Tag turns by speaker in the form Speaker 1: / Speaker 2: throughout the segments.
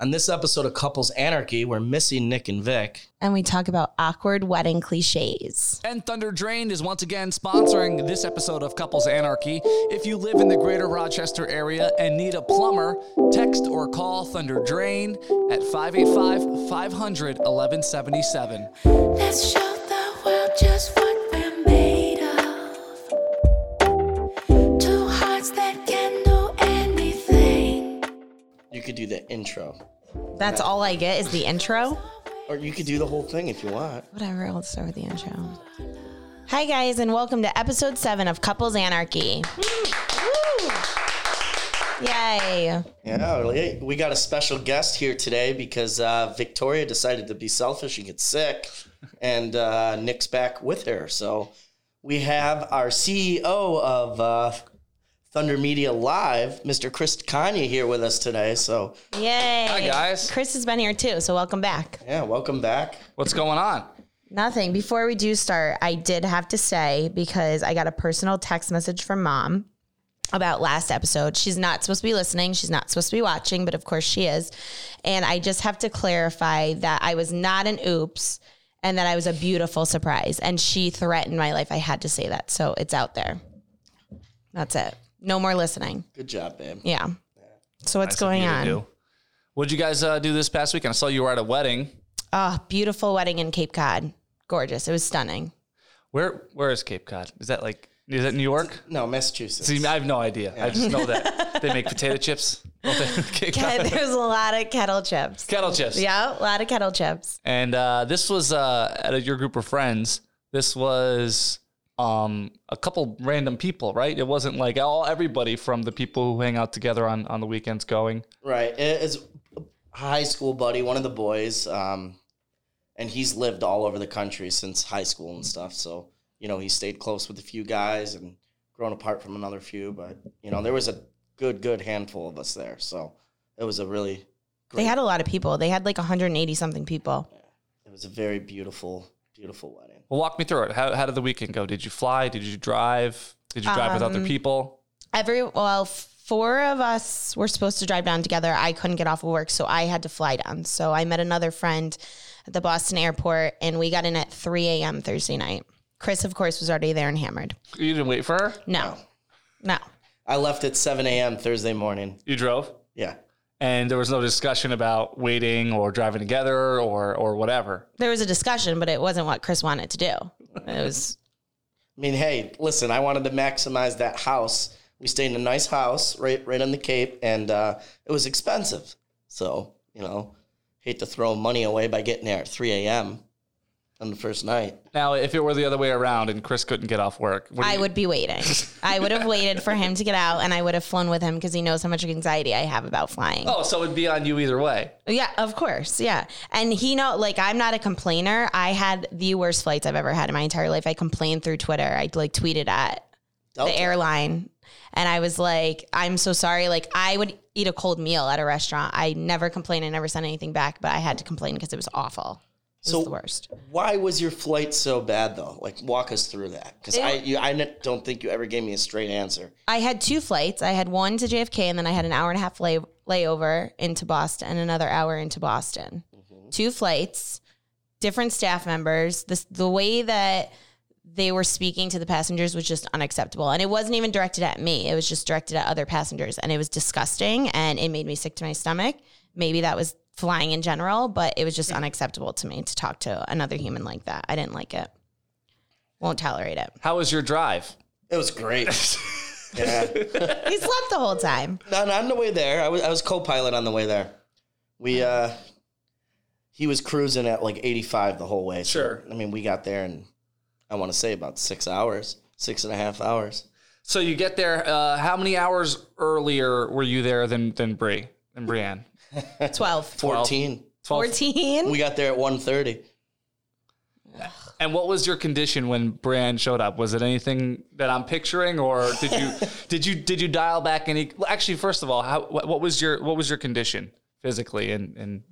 Speaker 1: On this episode of Couples Anarchy, we're missing Nick and Vic.
Speaker 2: And we talk about awkward wedding cliches.
Speaker 3: And Thunder Drained is once again sponsoring this episode of Couples Anarchy. If you live in the greater Rochester area and need a plumber, text or call Thunder Drain at 585 500 1177.
Speaker 4: Let's show the world just what we're made of. Two hearts that can do anything.
Speaker 1: You could do the intro,
Speaker 2: That's all I get is the intro.
Speaker 1: or you could do the whole thing if you want.
Speaker 2: Whatever, I'll start with the intro. Hi, guys, and welcome to episode seven of Couples Anarchy. Yay.
Speaker 1: Yeah, we- we got a special guest here today because uh, Victoria decided to be selfish and get sick, and uh, Nick's back with her. So we have our CEO of uh, Thunder Media Live, Mr. Chris Kanye, here with us today. So
Speaker 2: Yay.
Speaker 3: Hi, guys.
Speaker 2: Chris has been here too, so welcome back.
Speaker 1: yeah, welcome back.
Speaker 3: What's going on?
Speaker 2: Nothing. Before we do start, I did have to say because I got a personal text message from mom about last episode. She's not supposed to be listening, she's not supposed to be watching, but of course she is. And I just have to clarify that I was not an oops and that I was a beautiful surprise. And she threatened my life. I had to say that. So it's out there. That's it. No more listening.
Speaker 1: Good job, babe.
Speaker 2: Yeah. So what's
Speaker 3: Nice of
Speaker 2: going
Speaker 3: you to
Speaker 2: on?
Speaker 3: do. What'd you guys uh, do this past weekend? I saw you were at a wedding.
Speaker 2: Oh, beautiful wedding in Cape Cod. Gorgeous. It was stunning.
Speaker 3: Where Where is Cape Cod? Is that like, is that New York?
Speaker 1: No, Massachusetts.
Speaker 3: See, I have no idea. I just know that they make potato chips. don't they? Cape Cod.
Speaker 2: There's a lot of kettle chips.
Speaker 3: Kettle chips.
Speaker 2: Yeah, a lot of kettle chips.
Speaker 3: And uh, this was uh, at a, your group of friends. This was um, a couple random people, right? It wasn't like all everybody from the people who hang out together on, on the weekends going.
Speaker 1: Right. It is a high school buddy, one of the boys, um, and he's lived all over the country since high school and stuff. So you know, he stayed close with a few guys and grown apart from another few. But you know, there was a good, good handful of us there. So it was a really,
Speaker 2: They had a lot of people. They had like 180 something people.
Speaker 1: it was a very beautiful, beautiful wedding.
Speaker 3: Well, walk me through it. How, how did the weekend go? Did you fly? Did you drive? Did you drive with
Speaker 2: Um,
Speaker 3: other people?
Speaker 2: Every well, four of us were supposed to drive down together. I couldn't get off of work, so I had to fly down. So I met another friend at the Boston airport, and we got in at 3 a.m. Thursday night. Chris, of course, was already there and hammered.
Speaker 3: You didn't wait for her.
Speaker 2: No, no.
Speaker 1: I left at seven a.m. Thursday morning.
Speaker 3: You drove,
Speaker 1: Yeah.
Speaker 3: and there was no discussion about waiting or driving together or or whatever.
Speaker 2: There was a discussion, but it wasn't what Chris wanted to do. It was
Speaker 1: I mean, hey, listen, I wanted to maximize that house. We stayed in a nice house right right on the Cape, and uh, it was expensive. So, you know, hate to throw money away by getting there at 3 a.m. on the first night.
Speaker 3: Now, if it were the other way around and Chris couldn't get off work, what do
Speaker 2: I
Speaker 3: you-
Speaker 2: would be waiting. I would have waited for him to get out, and I would have flown with him because he knows how much anxiety I have about flying.
Speaker 3: Oh, so it'd be on you either way.
Speaker 2: Yeah, of course. Yeah. And he know like I'm not a complainer. I had the worst flights I've ever had in my entire life. I complained through Twitter. I like tweeted at
Speaker 1: Delta.
Speaker 2: the airline and I was like, I'm so sorry. Like I would eat a cold meal at a restaurant. I never complained. I never sent anything back, but I had to complain because it was awful. It was
Speaker 1: So-
Speaker 2: the worst.
Speaker 1: Why was your flight so bad, though? Like, walk us through that. Because I, you, I n- don't think you ever gave me a straight answer.
Speaker 2: I had two flights. I had one to JFK and then I had an hour and a half lay- layover into Boston and another hour into Boston. Two flights, different staff members. This, the way that they were speaking to the passengers was just unacceptable. And it wasn't even directed at me, it was just directed at other passengers. And it was disgusting and it made me sick to my stomach. Maybe that was flying in general, but it was just unacceptable to me to talk to another human like that. I didn't like it. Won't tolerate it.
Speaker 3: How was your drive?
Speaker 1: It was great. yeah.
Speaker 2: He slept the whole time.
Speaker 1: on, on the way there, I was, I was co-pilot on the way there. We, uh, he was cruising at like 85 the whole way. So,
Speaker 3: Sure.
Speaker 1: I mean, we got there in, I want to say about six hours, six and a half hours.
Speaker 3: So you get there. Uh, how many hours earlier were you there than than Bree and Brienne?
Speaker 2: 12.
Speaker 1: 14.
Speaker 2: 14
Speaker 1: We got there at 1.30.
Speaker 3: And what was your condition when Brienne showed up? Was it anything that I'm picturing, or did you did you did you dial back any? Well, actually, first of all, how what, what was your what was your condition physically and and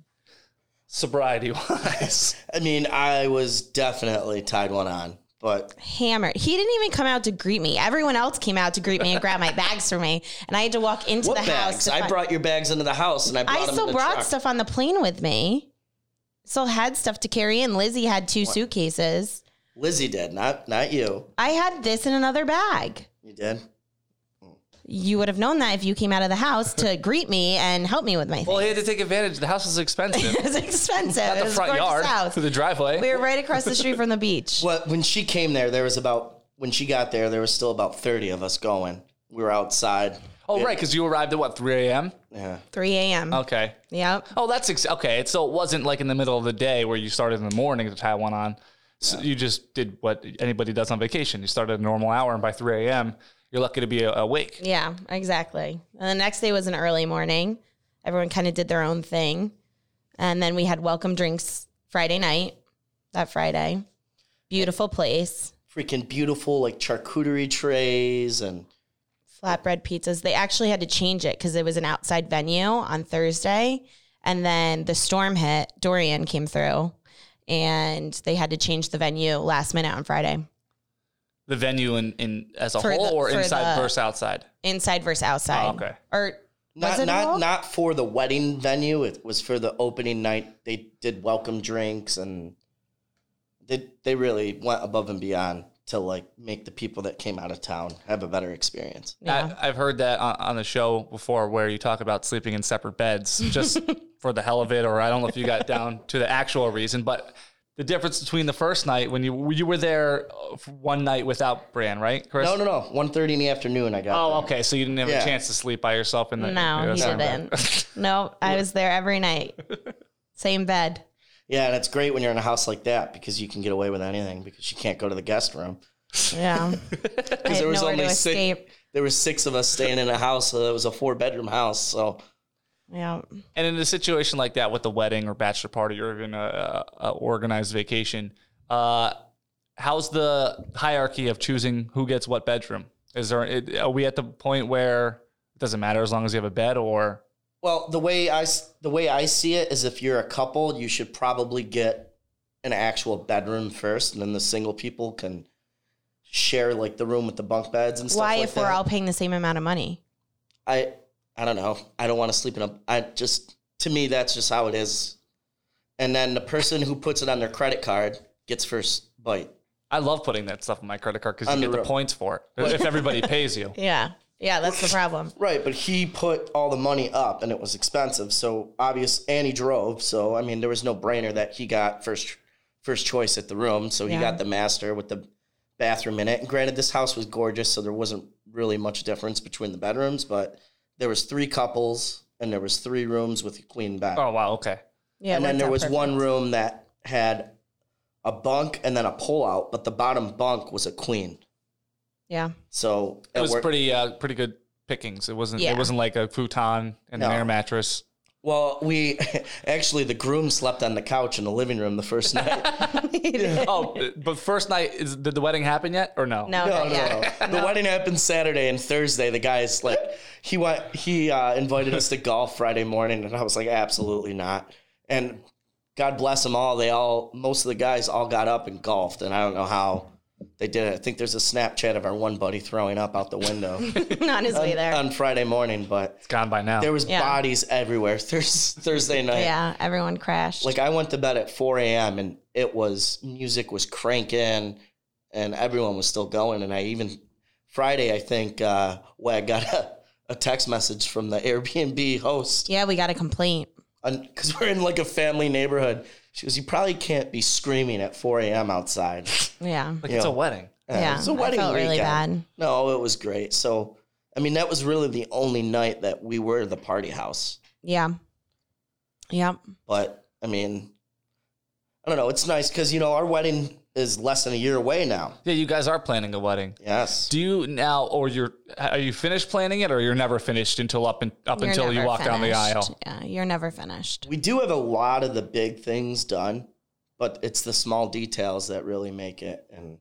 Speaker 3: sobriety wise?
Speaker 1: I mean, I was definitely tied one on, but But
Speaker 2: hammered. He didn't even come out to greet me. Everyone else came out to greet me and grab my bags for me, and I had to walk into
Speaker 1: what
Speaker 2: the house.
Speaker 1: bags?
Speaker 2: to
Speaker 1: I
Speaker 2: find-
Speaker 1: brought your bags into the house, and I brought
Speaker 2: I
Speaker 1: them
Speaker 2: still
Speaker 1: in the
Speaker 2: brought
Speaker 1: truck.
Speaker 2: stuff on the plane with me. Still had stuff to carry in. Lizzie had two suitcases.
Speaker 1: Lizzie did, not not you.
Speaker 2: I had this in another bag.
Speaker 1: You did.
Speaker 2: You would have known that if you came out of the house to greet me and help me with my
Speaker 3: Well,
Speaker 2: things.
Speaker 3: he had to take advantage. The house is expensive.
Speaker 2: it was expensive.
Speaker 3: Not
Speaker 2: it
Speaker 3: the
Speaker 2: was
Speaker 3: front
Speaker 2: Gorgeous
Speaker 3: yard,
Speaker 2: house.
Speaker 3: through the driveway.
Speaker 2: We were right across the street from the beach.
Speaker 1: Well, when she came there, there was about when she got there, there was still about thirty of us going. We were outside.
Speaker 3: oh, right, because you arrived at what 3 a.m.
Speaker 1: Yeah.
Speaker 2: 3 a.m.
Speaker 3: Okay.
Speaker 2: Yep.
Speaker 3: Oh, that's ex- okay. So it wasn't like in the middle of the day where you started in the morning to tie one on. So you just did what anybody does on vacation. You started at a normal hour, and by 3 a.m., you're lucky to be a- awake.
Speaker 2: Yeah, exactly. And the next day was an early morning. Everyone kind of did their own thing. And then we had welcome drinks Friday night, that Friday. Beautiful place.
Speaker 1: Freaking beautiful, like charcuterie trays and
Speaker 2: Flatbread pizzas. They actually had to change it because it was an outside venue on Thursday. And then the storm hit, Dorian came through, and they had to change the venue last minute on Friday.
Speaker 3: The venue in, in as a
Speaker 2: For
Speaker 3: whole,
Speaker 2: the-
Speaker 3: or
Speaker 2: for
Speaker 3: inside
Speaker 2: the-
Speaker 3: versus outside.
Speaker 2: Inside versus outside.
Speaker 3: Oh, okay.
Speaker 2: Or
Speaker 1: not
Speaker 2: Was it
Speaker 1: not
Speaker 2: all?
Speaker 1: not for the wedding venue. It was for the opening night. They did welcome drinks and they they really went above and beyond to like make the people that came out of town have a better experience.
Speaker 2: Yeah.
Speaker 3: I, I've heard that on, on the show before, where you talk about sleeping in separate beds just for the hell of it, or I don't know if you got down to the actual reason, but the difference between the first night when you you were there uh, for one night without Bran, right, Chris?
Speaker 1: No, no, no. One thirty in the afternoon. I got.
Speaker 3: Oh,
Speaker 1: there.
Speaker 3: okay. So you didn't have
Speaker 1: Yeah.
Speaker 3: a chance to sleep by yourself in the
Speaker 2: no, he
Speaker 3: that's not bad.
Speaker 2: didn't. no, I was there every night. Same bed.
Speaker 1: Yeah, and it's great when you're in a house like that because you can get away with anything because you can't go to the guest room.
Speaker 2: Yeah.
Speaker 1: Because there was
Speaker 2: nowhere to
Speaker 1: only six.
Speaker 2: escape.
Speaker 1: There were six of us staying in a house. So it was a four bedroom house. So
Speaker 2: yeah.
Speaker 3: And in a situation like that, with a wedding or bachelor party or even a, a, a organized vacation, uh, how's the hierarchy of choosing who gets what bedroom? Is there? it- Are we at the point where it doesn't matter as long as you have a bed, or
Speaker 1: Well, the way I s- the way I see it is, if you're a couple, you should probably get an actual bedroom first, and then the single people can share like the room with the bunk beds and stuff.
Speaker 2: Why,
Speaker 1: like
Speaker 2: if we're
Speaker 1: that.
Speaker 2: all paying the same amount of money?
Speaker 1: I I don't know. I don't want to sleep in a. I just to me that's just how it is. And then the person who puts it on their credit card gets first bite.
Speaker 3: I love putting that stuff on my credit card because
Speaker 1: On the
Speaker 3: you get the
Speaker 1: road.
Speaker 3: points for it if everybody pays you.
Speaker 2: Yeah. Yeah, that's the problem.
Speaker 1: Right, but he put all the money up, and it was expensive. So obvious, and he drove. So I mean, there was no brainer that he got first first choice at the room. So he
Speaker 2: Yeah.
Speaker 1: got the master with the bathroom in it. And granted, this house was gorgeous, so there wasn't really much difference between the bedrooms. But there was three couples, and there was three rooms with a queen bed.
Speaker 3: Oh wow, okay.
Speaker 2: Yeah.
Speaker 1: and then
Speaker 2: worked
Speaker 1: there
Speaker 2: out
Speaker 1: was
Speaker 2: perfect.
Speaker 1: one room that had a bunk and then a pullout, but the bottom bunk was a queen.
Speaker 2: Yeah.
Speaker 1: So
Speaker 3: It was
Speaker 1: worked-
Speaker 3: pretty uh, pretty good pickings. It wasn't
Speaker 2: Yeah.
Speaker 3: it wasn't like a futon and
Speaker 1: No.
Speaker 3: an air mattress.
Speaker 1: Well, we actually the groom slept on the couch in the living room the first night.
Speaker 3: Oh, but first night is did the wedding happen yet or no?
Speaker 2: No,
Speaker 1: No,
Speaker 2: not
Speaker 1: no,
Speaker 2: yet.
Speaker 1: no. The wedding happened Saturday and Thursday. The guys like he went. He uh, invited us to golf Friday morning, and I was like, absolutely not. And God bless them all. They all, most of the guys, all got up and golfed, and I don't know how they did it. I think there's a Snapchat of our one buddy throwing up out the window
Speaker 2: on his way there. Oh.
Speaker 1: on Friday morning, but
Speaker 3: It's gone by now.
Speaker 1: there was
Speaker 2: Yeah.
Speaker 1: bodies everywhere Thurs Thursday night.
Speaker 2: yeah, everyone crashed.
Speaker 1: Like I went to bed at 4 a.m. and it was music was cranking and everyone was still going. And I even Friday, I think, uh, when I got a, a text message from the Airbnb host
Speaker 2: yeah, we got a complaint.
Speaker 1: because we're in like a family neighborhood. She goes, You probably can't be screaming at 4 a.m. outside.
Speaker 2: Yeah.
Speaker 3: like it's
Speaker 1: Yeah.
Speaker 3: a wedding.
Speaker 2: yeah.
Speaker 1: it's a wedding
Speaker 2: I felt really
Speaker 1: weekend.
Speaker 2: bad.
Speaker 1: No, it was great. So, I mean, that was really the only night that we were the party house.
Speaker 2: Yeah. Yeah.
Speaker 1: But I mean, I don't know. It's nice because you know our wedding is less than a year away now.
Speaker 3: Yeah, you guys are planning a wedding.
Speaker 1: Yes.
Speaker 3: Do you now, or you're are you finished planning it, or you're never finished until up and up
Speaker 2: You're
Speaker 3: until you
Speaker 2: never
Speaker 3: walk down the
Speaker 2: finished.
Speaker 3: aisle?
Speaker 2: Yeah, you're never finished.
Speaker 1: We do have a lot of the big things done, but it's the small details that really make it. And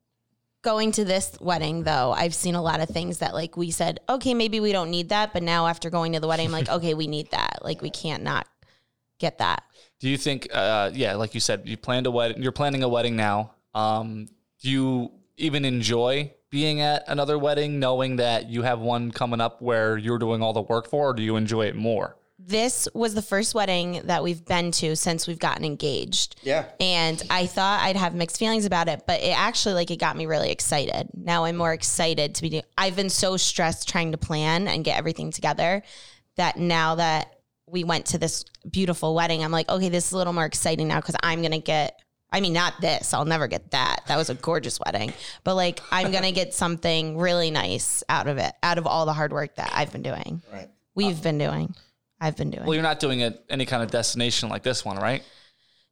Speaker 2: Going to this wedding though, I've seen a lot of things that like we said, okay, maybe we don't need that, but now after going to the wedding, I'm like, okay, we need that. Like we can't not get that.
Speaker 3: Do you think? Uh, yeah, like you said, you planned a wedding. You're planning a wedding now. Um, do you even enjoy being at another wedding, knowing that you have one coming up where you're doing all the work for, or do you enjoy it more?
Speaker 2: This was the first wedding that we've been to since we've gotten engaged.
Speaker 1: Yeah.
Speaker 2: And I thought I'd have mixed feelings about it, but it actually like it got me really excited. Now I'm more excited to be doing I've been so stressed trying to plan and get everything together that now that we went to this beautiful wedding, I'm like, okay, this is a little more exciting now because I'm gonna get I mean, not this. I'll never get that. That was a gorgeous wedding. But like I'm gonna get something really nice out of it, out of all the hard work that I've been doing.
Speaker 1: Right.
Speaker 2: We've been doing. I've been doing.
Speaker 3: Well, you're not doing it any kind of destination like this one, right?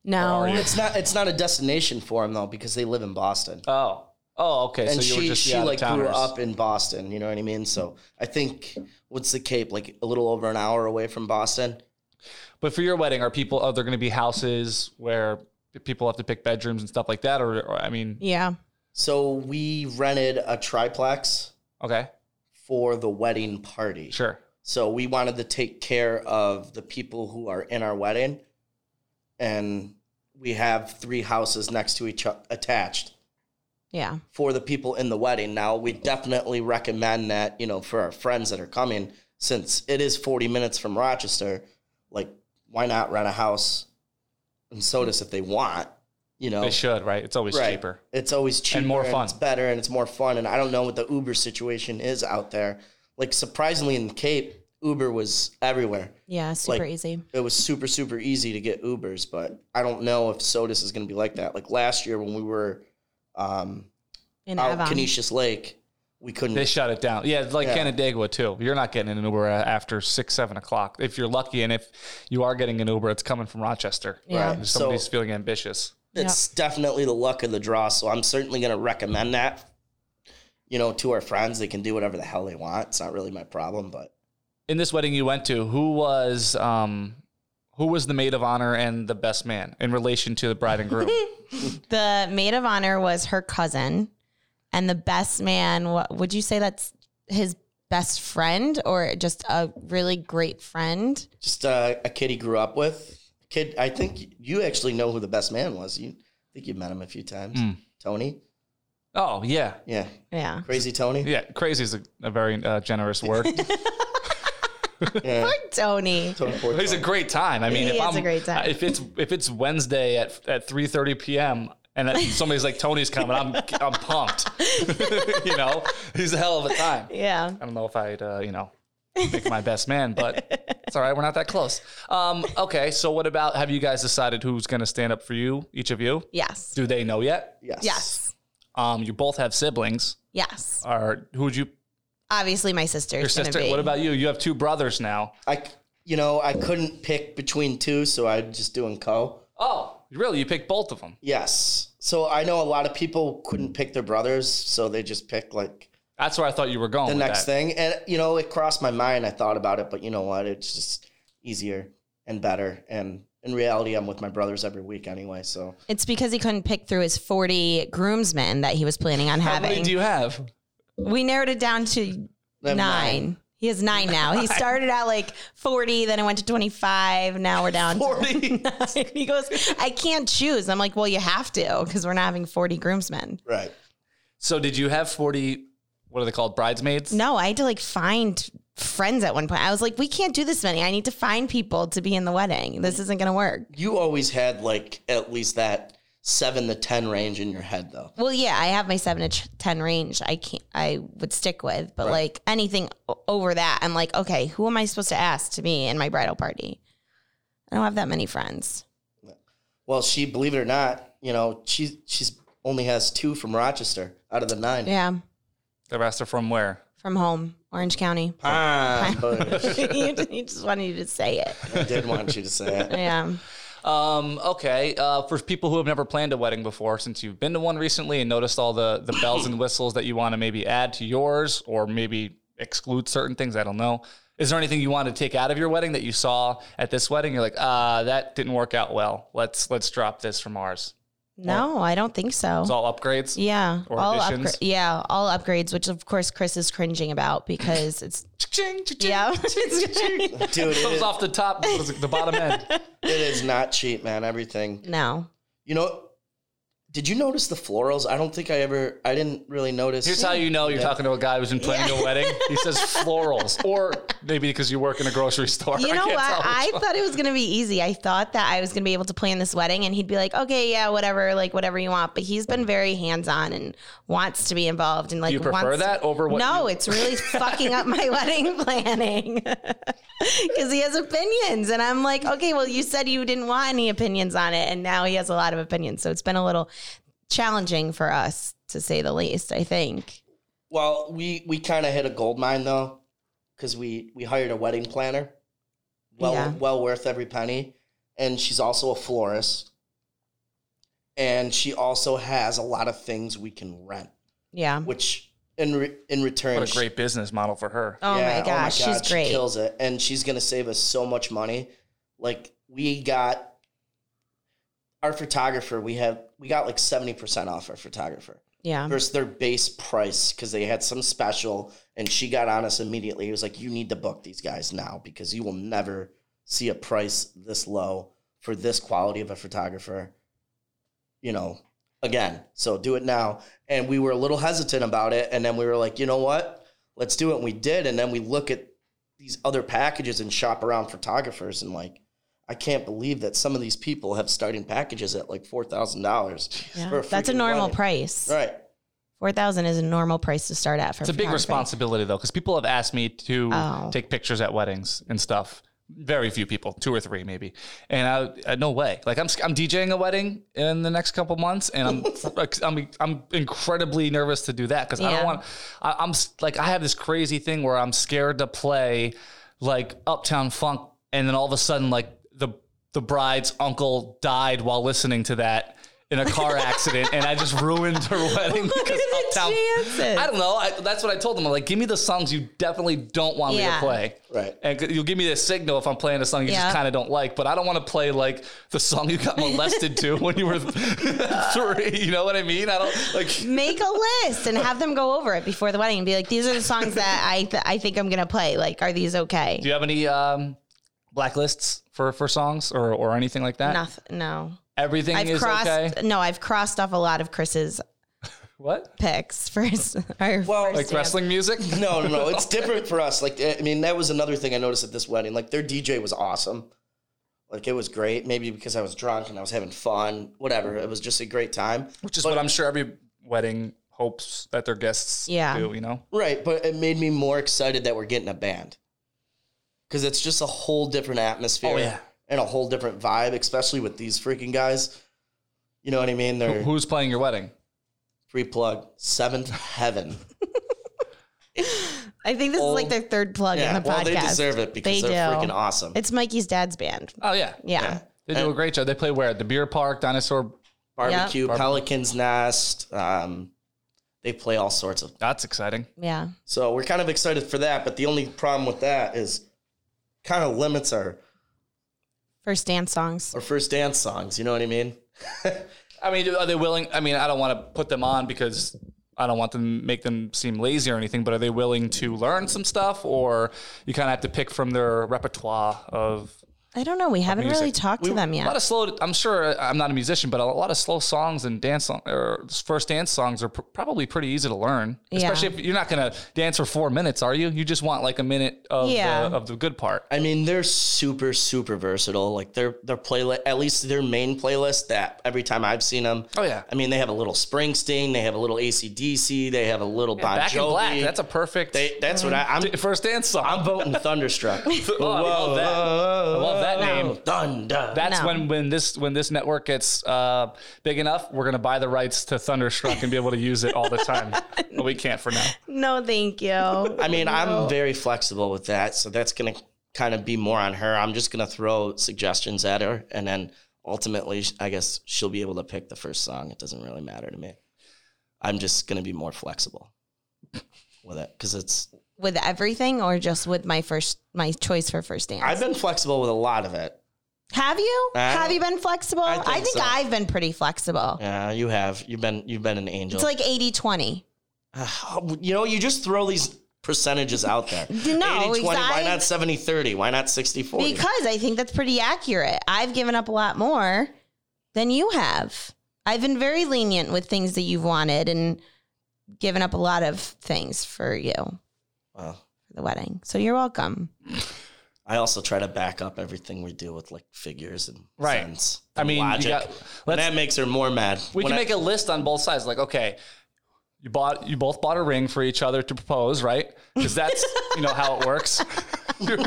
Speaker 2: no.
Speaker 3: Or are you?
Speaker 1: It's not. It's not a destination for him though, because they live in Boston.
Speaker 3: Oh, oh, okay.
Speaker 1: and
Speaker 3: so you
Speaker 1: she
Speaker 3: were just
Speaker 1: she
Speaker 3: the
Speaker 1: like grew
Speaker 3: out-of-towners.
Speaker 1: up in Boston. You know what I mean? So I think what's the Cape like a little over an hour away from Boston.
Speaker 3: But for your wedding, are people are there going to be houses where people have to pick bedrooms and stuff like that? Or, or I mean,
Speaker 2: Yeah.
Speaker 1: So we rented a triplex
Speaker 3: okay,
Speaker 1: for the wedding party.
Speaker 3: sure.
Speaker 1: So we wanted to take care of the people who are in our wedding, and we have three houses next to each o- attached
Speaker 2: Yeah.
Speaker 1: for the people in the wedding. Now we definitely recommend that you know for our friends that are coming, since it is forty minutes from Rochester. Like, why not rent a house in Sodas if they want? You know,
Speaker 3: They should, right? It's always
Speaker 1: Right.
Speaker 3: cheaper.
Speaker 1: It's always cheaper
Speaker 3: more fun.
Speaker 1: It's better and it's more fun. And I don't know what the Uber situation is out there. Like surprisingly in the Cape, Uber was everywhere.
Speaker 2: Yeah. Super
Speaker 1: Like-
Speaker 2: easy.
Speaker 1: It was super super easy to get Ubers, but I don't know if Sodus is going to be like that. Like last year when we were um,
Speaker 2: In
Speaker 1: out
Speaker 2: Avon.
Speaker 1: Canisius Lake, we couldn't.
Speaker 3: They shut it down. Yeah, like
Speaker 1: Mm. Yeah.
Speaker 3: Canandaigua too. You're not getting an Uber after six, seven o'clock if you're lucky, and if you are getting an Uber, it's coming from Rochester.
Speaker 2: Yeah.
Speaker 1: Right.
Speaker 3: If
Speaker 1: So-
Speaker 3: somebody's feeling ambitious.
Speaker 1: it's definitely the luck of the draw. So I'm certainly going to recommend that. You know, to our friends, they can do whatever the hell they want. It's not really my problem, but
Speaker 3: In this wedding you went to, who was um, who was the maid of honor and the best man in relation to the bride and groom?
Speaker 2: The maid of honor was her cousin, and the best man. What would you say? That's his best friend, or just a really great friend?
Speaker 1: just uh, a kid he grew up with. Kid, I think you actually know who the best man was. You I think you met him a few times.
Speaker 3: Hmm.
Speaker 1: Tony,
Speaker 3: oh yeah,
Speaker 1: yeah,
Speaker 2: Yeah.
Speaker 1: crazy Tony.
Speaker 3: yeah. Crazy is a, a very uh, generous word.
Speaker 1: Yeah.
Speaker 2: Tony.
Speaker 1: Tony Portnoy.
Speaker 3: But It's a great time. I mean,
Speaker 2: It
Speaker 3: if
Speaker 2: is
Speaker 3: I'm,
Speaker 2: a great time.
Speaker 3: If it's if it's Wednesday at at three thirty p.m. and that somebody's like Tony's coming, I'm I'm pumped. you know, he's a hell of a time.
Speaker 2: Yeah.
Speaker 3: I don't know if I'd uh, you know pick my best man, but it's all right. We're not that close. Um, okay, so what about have you guys decided who's going to stand up for you? Each of you?
Speaker 2: Yes.
Speaker 3: Do they know yet?
Speaker 1: yes.
Speaker 2: Yes.
Speaker 3: Um, you both have siblings.
Speaker 2: Yes.
Speaker 3: Or who would you?
Speaker 2: Obviously, my sister's
Speaker 3: Your
Speaker 2: gonna
Speaker 3: sister.
Speaker 2: be.
Speaker 3: What about you? You have two brothers now.
Speaker 1: I, c- you know, I couldn't pick between two, so I'm just doing co.
Speaker 3: Oh, really? You picked both of them.
Speaker 1: Yes. So I know a lot of people couldn't pick their brothers, so they just picked like
Speaker 3: That's where I thought you were going.
Speaker 1: the
Speaker 3: with
Speaker 1: next
Speaker 3: that.
Speaker 1: thing. And you know, it crossed my mind. I thought about it, but you know what? It's just easier and better. And in reality, I'm with my brothers every week anyway. So
Speaker 2: It's because he couldn't pick through his forty groomsmen that he was planning on
Speaker 3: How
Speaker 2: having.
Speaker 3: many do you have?
Speaker 2: we narrowed it down to
Speaker 1: Then
Speaker 2: nine.
Speaker 1: nine.
Speaker 2: He has nine now. He started at like 40, then it went to 25. Now we're down
Speaker 1: 40.
Speaker 2: to nine. He goes, I can't choose. I'm like, well, you have to because we're not having 40 groomsmen.
Speaker 1: right.
Speaker 3: So did you have 40 what are they called bridesmaids?
Speaker 2: No, I had to like find friends at one point. I was like, we can't do this many. I need to find people to be in the wedding. This isn't going to work.
Speaker 1: You always had like at least that seven to ten range in your head, though.
Speaker 2: Well, yeah, I have my seven to ch- ten range. I can't. I would stick with, but like anything o- over that, I'm like, okay, who am I supposed to ask to be in my bridal party? I don't have that many friends.
Speaker 1: Well, she, believe it or not, you know, she she's only has two from Rochester out of the nine.
Speaker 2: Yeah,
Speaker 3: The rest are from where?
Speaker 2: from home, Orange County.
Speaker 1: Ah, but
Speaker 2: you, just, you just wanted you to say it.
Speaker 1: I did want you to say it.
Speaker 2: Yeah,
Speaker 3: Um, okay. Uh, for people who have never planned a wedding before, since you've been to one recently and noticed all the, the bells and whistles that you want to maybe add to yours or maybe exclude certain things, I don't know. Is there anything you want to take out of your wedding that you saw at this wedding? You're like, ah, that didn't work out well. Let's let's drop this from ours.
Speaker 2: no, I don't think so.
Speaker 3: It's all upgrades.
Speaker 2: yeah,
Speaker 3: or
Speaker 2: all
Speaker 3: additions?
Speaker 2: upgra- yeah, all upgrades, which of course Chris is cringing about because it's
Speaker 3: Ching, ching, ching.
Speaker 2: yeah,
Speaker 1: Dude, it
Speaker 3: Comes
Speaker 1: is,
Speaker 3: off the top, the bottom end.
Speaker 1: it is not cheap, man. Everything.
Speaker 2: no,
Speaker 1: You know, Did you notice the florals? I don't think I ever. I didn't really notice.
Speaker 3: Here's how you know you're talking to a guy who's been planning a wedding. He says florals, or maybe because you work in a grocery store.
Speaker 2: You know
Speaker 3: can't
Speaker 2: what?
Speaker 3: tell which
Speaker 2: I
Speaker 3: one.
Speaker 2: thought it was going to be easy. I thought that I was going to be able to plan this wedding and he'd be like, okay, yeah, whatever, like whatever you want. But he's been very hands on and wants to be involved and like,
Speaker 3: you prefer
Speaker 2: wants-
Speaker 3: that over what?
Speaker 2: no, it's really fucking up my wedding planning because he has opinions. And I'm like, okay, well, you said you didn't want any opinions on it. And now he has a lot of opinions. So it's been a little challenging for us, to say the least, I think.
Speaker 1: Well, we we kind of hit a gold mine though, because we we hired a wedding planner. Well,
Speaker 2: Yeah.
Speaker 1: well worth every penny, and she's also a florist, and she also has a lot of things we can rent,
Speaker 2: Yeah.
Speaker 1: which in re- in return,
Speaker 3: What a great business model for her.
Speaker 2: Oh
Speaker 1: Yeah,
Speaker 2: my gosh,
Speaker 1: God,
Speaker 2: she's
Speaker 1: she
Speaker 2: great.
Speaker 1: kills it, and she's gonna save us so much money. Like we got our photographer, we have we got like seventy percent off our photographer
Speaker 2: yeah.
Speaker 1: versus their base price because they had some special and she got on us immediately. It was like, you need to book these guys now because you will never see a price this low for this quality of a photographer, you know, again. So do it now. And we were a little hesitant about it. And then we were like, you know what? Let's do it. And we did. And then we look at these other packages and shop around photographers and like, I can't believe that some of these people have starting packages at like four thousand dollars.
Speaker 2: Yeah. That's a normal price.
Speaker 1: right?
Speaker 2: Four thousand is a normal price to start at for.
Speaker 3: It's a big
Speaker 2: photography.
Speaker 3: responsibility though, because people have asked me to
Speaker 2: Oh.
Speaker 3: take pictures at weddings and stuff. Very few people, two or three maybe, and I, I no way. Like I'm, I'm DJing a wedding in the next couple months, and I'm, I'm, I'm incredibly nervous to do that because I
Speaker 2: Yeah.
Speaker 3: don't want. I, I'm s- like I have this crazy thing where I'm scared to play like Uptown Funk, and then all of a sudden like the the bride's uncle died while listening to that in a car accident, and I just ruined her
Speaker 2: Oh
Speaker 3: wedding
Speaker 2: What are
Speaker 3: because
Speaker 2: the
Speaker 3: Uptown.
Speaker 2: chances?
Speaker 3: I don't know. I, that's what I told them. I'm like, give me the songs you definitely don't want me to
Speaker 2: Yeah.
Speaker 3: play.
Speaker 1: Right.
Speaker 3: And c- you'll give me the signal if I'm playing a song you
Speaker 2: Yeah.
Speaker 3: just kind of don't like. But I don't want to play like the song you got molested to when you were three. You know what I mean? I don't like.
Speaker 2: Make a list and have them go over it before the wedding and be like, "These are the songs that I th- I think I'm gonna play. Like, are these okay?"
Speaker 3: Do you have any um, blacklists for for songs or or anything like that?
Speaker 2: Nothing. No,
Speaker 3: Everything
Speaker 2: I've
Speaker 3: is
Speaker 2: crossed.
Speaker 3: okay.
Speaker 2: No, I've crossed off a lot of Chris's
Speaker 3: What?
Speaker 2: picks for his.
Speaker 1: Well,
Speaker 2: Our
Speaker 1: like
Speaker 2: first
Speaker 3: Like
Speaker 2: dance.
Speaker 3: wrestling music?
Speaker 1: No, no, no. It's different for us. Like, I mean, that was another thing I noticed at this wedding. Like, their DJ was awesome. Like, it was great. Maybe because I was drunk and I was having fun. Whatever. It was just a great time.
Speaker 3: Which is what I'm sure every wedding hopes that their guests
Speaker 2: Yeah.
Speaker 3: do. You know.
Speaker 1: Right. But it made me more excited that we're getting a band. Because it's just a whole different atmosphere.
Speaker 3: Oh, yeah.
Speaker 1: And a whole different vibe, especially with these freaking guys. You know what I mean? They're
Speaker 3: Who's playing your wedding?
Speaker 1: free plug, seventh heaven.
Speaker 2: I think this is like
Speaker 1: old-
Speaker 2: their third plug
Speaker 1: yeah.
Speaker 2: in the
Speaker 1: Well,
Speaker 2: podcast.
Speaker 1: they deserve it because
Speaker 2: They
Speaker 1: are
Speaker 2: do.
Speaker 1: freaking awesome.
Speaker 2: It's Mikey's dad's band.
Speaker 3: Oh yeah.
Speaker 2: Yeah.
Speaker 1: Yeah.
Speaker 3: They do a great job. They play where at the beer park, dinosaur.
Speaker 1: Barbecue, Pelican's Nest. Um, they play all sorts of
Speaker 3: That's exciting.
Speaker 2: Yeah.
Speaker 1: So we're kind of excited for that, but the only problem with that is kind of limits our,
Speaker 2: First dance songs.
Speaker 1: our first dance songs. You know what I mean?
Speaker 3: I mean, are they willing? I mean, I don't want to put them on because I don't want them make them seem lazy or anything. But are they willing to learn some stuff, or you kind of have to pick from their repertoire of
Speaker 2: I don't know. We haven't really talked to them
Speaker 3: a lot
Speaker 2: yet.
Speaker 3: of slow? I'm sure I'm not a musician, but a lot of slow songs and dance song, or first dance songs are pr- probably pretty easy to learn. Especially if you're not going to dance for four minutes, are you? You just want like a minute of
Speaker 2: Yeah.
Speaker 3: the, of the good part.
Speaker 1: I mean, they're super, super versatile. Like their their playlist, at least their main playlist. That every time I've seen them,
Speaker 3: Oh, yeah.
Speaker 1: I mean, they have a little Springsteen, they have a little ACDC, they have a little Bon
Speaker 3: Back
Speaker 1: Jovi.
Speaker 3: in black. That's a perfect
Speaker 1: They- that's what I, I'm.
Speaker 3: first dance song.
Speaker 1: I'm voting Thunderstruck.
Speaker 3: Oh, I love that. I love that name.
Speaker 1: Dun, dun.
Speaker 3: That's
Speaker 2: No.
Speaker 3: when when this when this network gets uh, big enough, we're gonna buy the rights to Thunderstruck and be able to use it all the time. but we can't for now.
Speaker 2: No, thank you.
Speaker 1: I mean, I'm very flexible with that, so that's gonna kind of be more on her. I'm just gonna throw suggestions at her, and then ultimately, sh- I guess she'll be able to pick the first song. It doesn't really matter to me. I'm just gonna be more flexible with it because it's.
Speaker 2: with everything or just with my first my choice for first dance?
Speaker 1: I've been flexible with a lot of it.
Speaker 2: Have you?
Speaker 1: I
Speaker 2: Have
Speaker 1: don't-
Speaker 2: you been flexible?
Speaker 1: I
Speaker 2: I
Speaker 1: think
Speaker 2: think,
Speaker 1: so.
Speaker 2: I've been pretty flexible.
Speaker 1: Yeah, you have. You've been. You've been an angel. Oh,
Speaker 2: It's like 80 20.
Speaker 1: you know, you just throw these percentages out there. No, 80, 20, Why
Speaker 2: exactly.
Speaker 1: not 70, 30? Why not 60, 40?
Speaker 2: Because I think that's pretty accurate. I've given up a lot more than you have. I've been very lenient with things that you've wanted and given up a lot of things for you for
Speaker 1: Wow.
Speaker 2: the wedding. So you're welcome.
Speaker 1: I also try to back up everything we do with like figures and
Speaker 3: Right.
Speaker 1: sense.
Speaker 3: I mean, you
Speaker 1: logic.
Speaker 3: got-
Speaker 1: and
Speaker 3: let's-
Speaker 1: that makes her more mad.
Speaker 3: We
Speaker 1: When
Speaker 3: can
Speaker 1: I-
Speaker 3: make a list on both sides. Like, okay, you bought you both bought a ring for each other to propose, right? Because that's you know how it works. you're,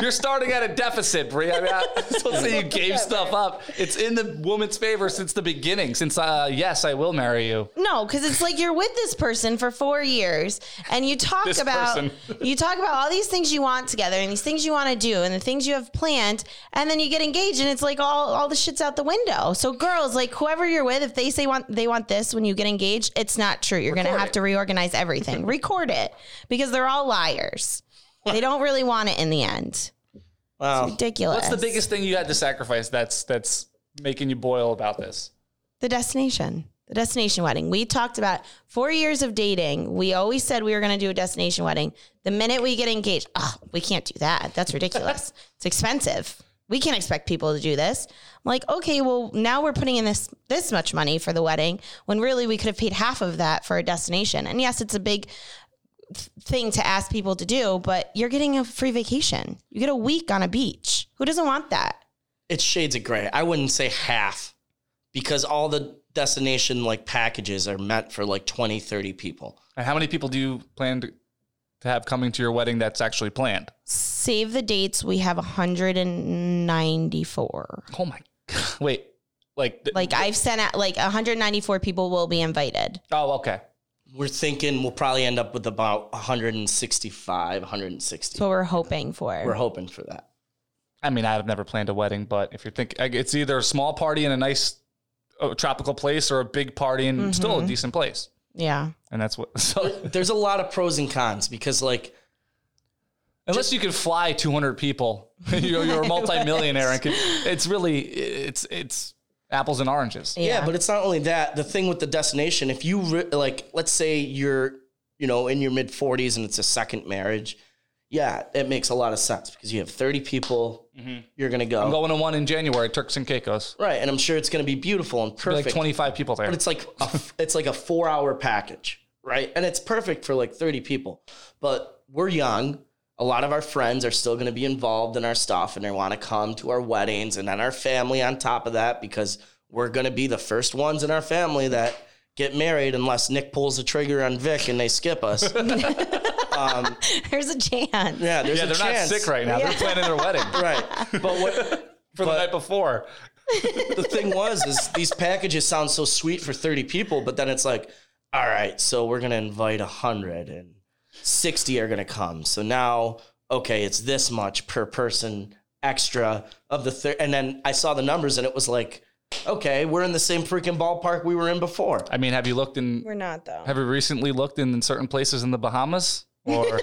Speaker 3: you're starting at a deficit, Brie. I mean, I, so let's say you gave stuff up. It's in the woman's favor since the beginning. Since uh, yes, I will marry you.
Speaker 2: No, because it's like you're with this person for four years, and you talk
Speaker 3: This
Speaker 2: about
Speaker 3: person.
Speaker 2: you talk about all these things you want together, and these things you want to do, and the things you have planned, and then you get engaged, and it's like all all the shits out the window. So, girls, like whoever you're with, if they say want they want this when you get engaged, it's not true. You're gonna
Speaker 3: Record
Speaker 2: have
Speaker 3: it.
Speaker 2: to reorganize everything, record it, because they're all liars. They don't really want it in the end.
Speaker 1: Wow.
Speaker 2: Ridiculous.
Speaker 3: What's the biggest thing you had to sacrifice? That's that's making you boil about this.
Speaker 2: the destination the destination wedding we talked about four years of dating we always said we were going to do a destination wedding the minute we get engaged oh we can't do that that's ridiculous it's expensive we can't expect people to do this i'm like okay well now we're putting in this this much money for the wedding when really we could have paid half of that for a destination and yes it's a big th- thing to ask people to do but you're getting a free vacation you get a week on a beach who doesn't want that
Speaker 1: It's shades of gray. I wouldn't say half because all the destination like packages are meant for like 20, 30 people.
Speaker 3: And how many people do you plan to, to have coming to your wedding? That's actually planned.
Speaker 2: Save the dates. We have 194.
Speaker 3: Oh my! Wait, like, th-
Speaker 2: Like I've sent out like 194 people will be invited.
Speaker 3: oh okay.
Speaker 1: We're thinking we'll probably end up with about 165, 160.
Speaker 2: That's what we're hoping for.
Speaker 1: We're hoping for that.
Speaker 3: I mean, I've never planned a wedding, but if you're thinking, it's either a small party in a nice uh, tropical place or a big party
Speaker 1: Mm-hmm.
Speaker 3: in still a decent place.
Speaker 2: yeah.
Speaker 3: And that's what. So
Speaker 1: There's a lot of pros and cons because like
Speaker 3: unless you can fly 200 people, you're, you're a multimillionaire, and can, it's really it's it's apples and oranges.
Speaker 1: Yeah. but it's not only that. The thing with the destination, if you re- like, let's say you're, you know, in your mid 40s and it's a second marriage, yeah, it makes a lot of sense because you have 30 people you're gonna Mm-hmm. go.
Speaker 3: I'm going to one in January, Turks and Caicos.
Speaker 1: right, and I'm sure it's gonna be beautiful and
Speaker 3: Like
Speaker 1: perfect.
Speaker 3: 25 people there.
Speaker 1: but it's like a, it's like a four hour package, right? And it's perfect for like 30 people. But we're young. A lot of our friends are still going to be involved in our stuff and they want to come to our weddings and then our family on top of that because we're going to be the first ones in our family that get married unless Nick pulls the trigger on Vic and they skip us.
Speaker 2: There's a chance.
Speaker 1: yeah, there's
Speaker 3: yeah,
Speaker 1: a
Speaker 3: they're
Speaker 1: chance.
Speaker 3: not sick right now. They're planning their wedding
Speaker 1: Right. But what
Speaker 3: for the night before.
Speaker 1: the thing was is these packages sound so sweet for 30 people but then it's like all right so we're gonna invite 100 and 60 are gonna come so now okay it's this much per person extra of the thir- and then i saw the numbers and it was like okay we're in the same freaking ballpark we were in before
Speaker 3: I mean, have you looked in
Speaker 2: We're not though.
Speaker 3: Have you recently looked in certain places in the Bahamas? Or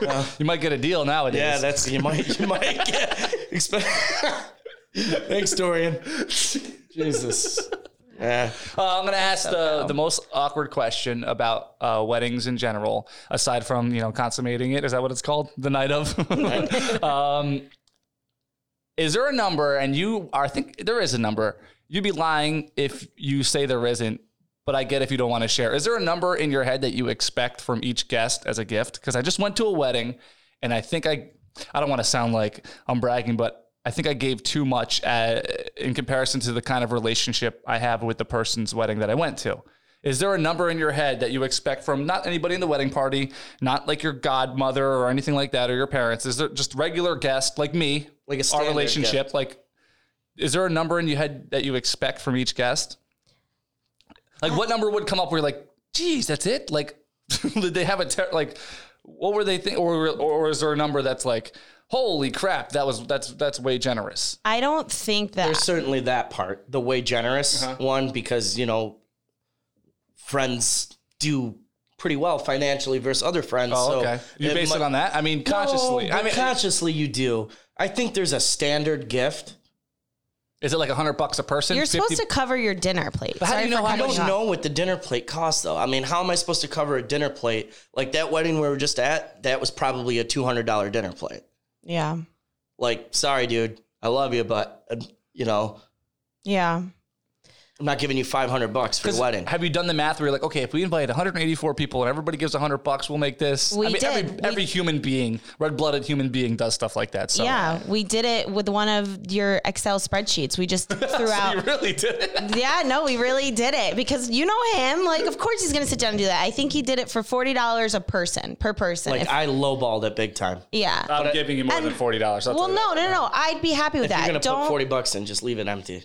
Speaker 3: Uh, you might get a deal nowadays.
Speaker 1: yeah that's you might you might get expect thanks dorian jesus yeah
Speaker 3: Uh, I'm gonna ask the, the most awkward question about uh, weddings in general, aside from you know consummating it. Is that what it's called? The night of. um, is there a number? And you are. I think there is a number. You'd be lying if you say there isn't. But I get if you don't want to share. Is there a number in your head that you expect from each guest as a gift? Because I just went to a wedding, and I think I. I don't want to sound like I'm bragging, but I think I gave too much uh, in comparison to the kind of relationship I have with the person's wedding that I went to. Is there a number in your head that you expect from not anybody in the wedding party, not like your godmother or anything like that, or your parents? Is there just regular guest like me,
Speaker 1: Like a
Speaker 3: our
Speaker 1: standard
Speaker 3: relationship? Like, is there a number in your head that you expect from each guest? Like, what number would come up where you're like, geez, that's it? Like, did they have a ter- like? What were they think? Or, or is there a number that's like, holy crap, that was that's that's way generous?
Speaker 2: I don't think that
Speaker 1: There's certainly that part, the way generous
Speaker 3: Uh-huh.
Speaker 1: one, because you know, friends do pretty well financially versus other friends. so
Speaker 3: Oh, okay. You
Speaker 1: it
Speaker 3: base it
Speaker 1: mu-
Speaker 3: on that? I mean, consciously.
Speaker 1: No,
Speaker 3: I
Speaker 1: but
Speaker 3: mean,
Speaker 1: consciously you do. I think there's a standard gift.
Speaker 3: is it like a hundred bucks a person?
Speaker 2: you're
Speaker 3: 50
Speaker 2: supposed to cover your dinner plate.
Speaker 3: But how do you know how
Speaker 1: I don't
Speaker 3: much-
Speaker 1: know what the dinner plate costs though. I mean, how am I supposed to cover a dinner plate like that wedding we were just at? That was probably a two hundred dollar dinner plate.
Speaker 2: Yeah.
Speaker 1: Like, sorry, dude, I love you, but uh, you know,
Speaker 2: Yeah.
Speaker 1: I'm not giving you 500 bucks for the
Speaker 3: 'Cause
Speaker 1: wedding.
Speaker 3: Have you done the math where you're like, okay, if we invite 184 people and everybody gives 100 bucks, we'll make this.
Speaker 2: We
Speaker 3: I mean, every,
Speaker 2: did. We-
Speaker 3: every human being, red blooded human being, does stuff like that. So
Speaker 2: Yeah, we did it with one of your Excel spreadsheets. We just threw
Speaker 3: You
Speaker 2: out.
Speaker 3: really did it.
Speaker 2: Yeah, no, we really did it because you know him. Like, of course he's going to sit down and do that. I think he did it for forty dollars a person per person.
Speaker 1: like
Speaker 2: If-
Speaker 1: I lowballed it big time.
Speaker 2: yeah.
Speaker 3: I'm giving you more than forty dollars.
Speaker 2: well, no, no, no. I'd be happy with
Speaker 1: If
Speaker 2: that.
Speaker 1: you're gonna
Speaker 2: Don't
Speaker 1: put 40 bucks in, just leave it empty.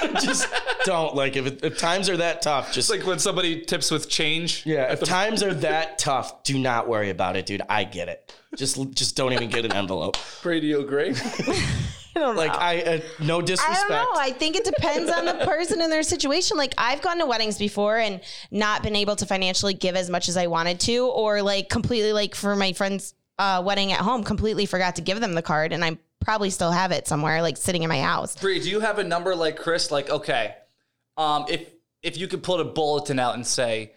Speaker 1: just don't like if, it, if times are that tough. Just
Speaker 3: It's like when somebody tips with change.
Speaker 1: yeah, if times are that tough, do not worry about it, dude. I get it. Just just don't even get an envelope.
Speaker 3: Pray do you agree?
Speaker 1: Like I uh, no
Speaker 2: I
Speaker 1: disrespect.
Speaker 2: don't know. I think it depends on the person and their situation. Like I've gone to weddings before and not been able to financially give as much as I wanted to, or like completely like for my friend's uh, wedding at home, completely forgot to give them the card, and I probably still have it somewhere, like sitting in my house.
Speaker 3: Bree, do you have a number like Chris? Like, okay, um, if if you could put a bulletin out and say,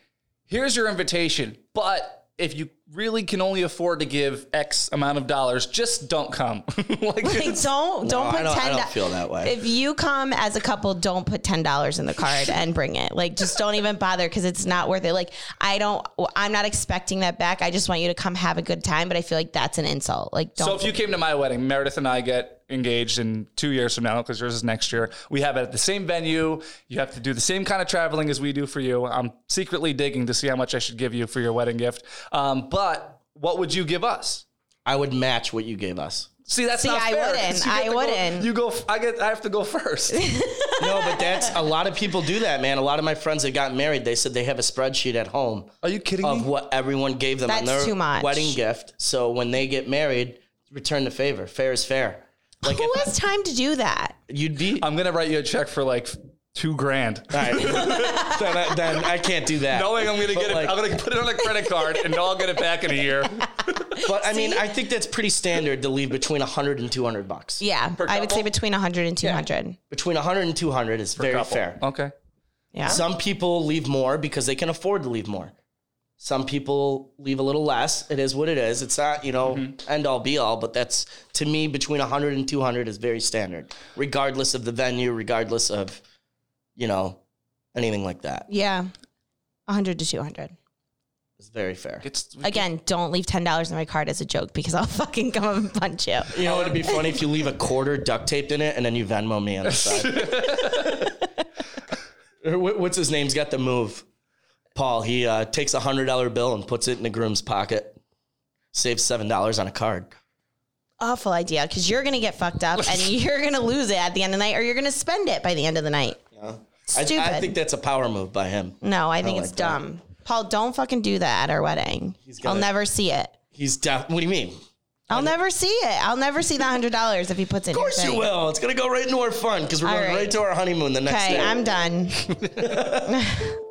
Speaker 3: here's your invitation, but if you really can only afford to give X amount of dollars, just don't come. like,
Speaker 2: Like don't don't
Speaker 1: I
Speaker 2: put
Speaker 1: don't- I
Speaker 2: ten.
Speaker 1: don't feel that way.
Speaker 2: If you come as a couple, don't put ten dollars in the card and bring it. Like just don't even bother because it's not worth it. Like I don't. I'm not expecting that back. I just want you to come have a good time. But I feel like that's an insult. Like don't.
Speaker 3: so if you came to my wedding, Meredith and I get engaged in two years from now because yours is next year. We have it at the same venue. You have to do the same kind of traveling as we do for you. I'm secretly digging to see how much I should give you for your wedding gift. Um, but what would you give us?
Speaker 1: I would match what you gave us.
Speaker 3: See, that's
Speaker 2: See,
Speaker 3: not
Speaker 2: I
Speaker 3: fair.
Speaker 2: wouldn't.
Speaker 3: 'cause you get
Speaker 2: I
Speaker 3: to go-
Speaker 2: wouldn't.
Speaker 3: you go. f- I get. I have to go first.
Speaker 1: No, but that's a lot of people do that, man. A lot of my friends that got married, they said they have a spreadsheet at home
Speaker 3: Are you kidding
Speaker 1: of
Speaker 3: me?
Speaker 1: what everyone gave them on
Speaker 2: That's
Speaker 1: their
Speaker 2: too much.
Speaker 1: wedding gift. So when they get married, return the favor. Fair is fair. Like
Speaker 2: Who
Speaker 1: if
Speaker 2: has time to do that?
Speaker 1: you'd be
Speaker 3: I'm gonna write you a check for like two grand.
Speaker 1: All right. then, I, then I can't do that.
Speaker 3: Knowing I'm gonna
Speaker 1: But
Speaker 3: get it,
Speaker 1: like-
Speaker 3: I'm gonna put it on a credit card and I'll get it back in a year.
Speaker 1: But I mean, I think that's pretty standard to leave between 100 and 200 bucks.
Speaker 2: Yeah, I would say
Speaker 3: couple?
Speaker 2: between 100 and 200. Yeah.
Speaker 1: Between 100 and 200 is very
Speaker 3: Couple.
Speaker 1: fair.
Speaker 3: Okay.
Speaker 1: Some people leave more because they can afford to leave more. Some people leave a little less. It is what it is. It's not, you know,
Speaker 3: Mm-hmm.
Speaker 1: end all be all, but that's to me between 100 and 200 is very standard, regardless of the venue, regardless of, you know, anything like that.
Speaker 2: yeah. 100 to 200.
Speaker 1: It's very fair.
Speaker 3: It's
Speaker 2: Again, don't leave $10 in my card as a joke because I'll fucking come up and punch you.
Speaker 1: You know, it'd be funny if you leave a quarter duct taped in it and then you Venmo me on the side. Or wh- What's his name's got the move? Paul. He uh, takes a hundred dollar bill and puts it in the groom's pocket. Saves seven dollars on a card.
Speaker 2: Awful idea because you're going to get fucked up and you're going to lose it at the end of the night or you're going to spend it by the end of the night.
Speaker 1: I,
Speaker 2: Stupid.
Speaker 1: I think that's a power move by him.
Speaker 2: no, I think
Speaker 1: I
Speaker 2: it's
Speaker 1: like that.
Speaker 2: dumb. Paul, don't fucking do that at our wedding.
Speaker 1: gonna-
Speaker 2: I'll never see it.
Speaker 1: He's def- What do you mean? Of
Speaker 2: I'll never see it. I'll never see the hundred dollars if he puts it. Of
Speaker 1: course you will. It's gonna go right into our fun because we're
Speaker 2: All
Speaker 1: going right.
Speaker 2: right.
Speaker 1: to our honeymoon the next
Speaker 2: Okay,
Speaker 1: day.
Speaker 2: I'm done.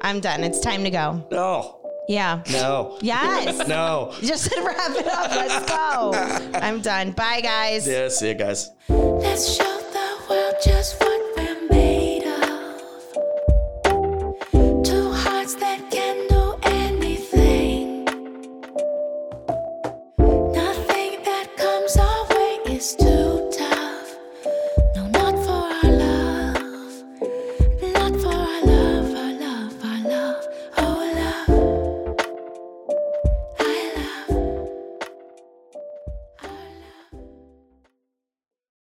Speaker 2: I'm done. It's time to go.
Speaker 1: no,
Speaker 2: Yeah.
Speaker 1: no,
Speaker 2: Yes.
Speaker 1: no.
Speaker 2: Just wrap it up. Let's go. I'm done. Bye, guys.
Speaker 1: Yeah, see you guys.
Speaker 4: Let's show the world just what Oh,